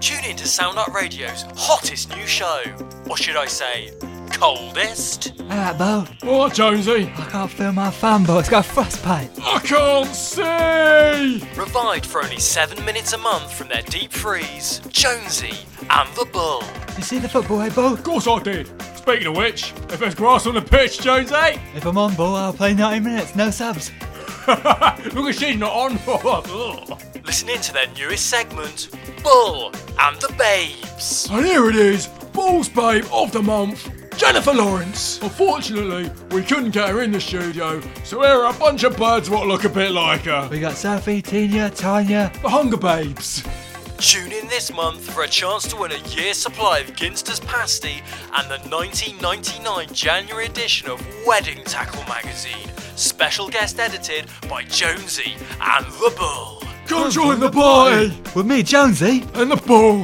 Tune in to Sound Up Radio's hottest new show, or should I say, coldest? Ah, Bo, What, Jonesy? I can't feel my thumb, Bo. It's got frostbite. I can't see! Revived for only seven minutes a month from their deep freeze, Jonesy and the Bull. You see the football, eh, Bo? Of course I did. Speaking of which, if there's grass on the pitch, Jonesy, If I'm on, Bo, I'll play 90 minutes, no subs. look at she's not on for us. Listen in to their newest segment, Bull and the Babes. And here it is, Balls Babe of the Month, Jennifer Lawrence. Unfortunately, we couldn't get her in the studio, so here are a bunch of birds what look a bit like her. We got Sophie, Tina, Tanya. The Hunger Babes. Tune in this month for a chance to win a year's supply of Ginster's Pasty and the 1999 January edition of Wedding Tackle magazine, special guest edited by Jonesy and the Bull. Come join the party! With me, Jonesy. And the ball.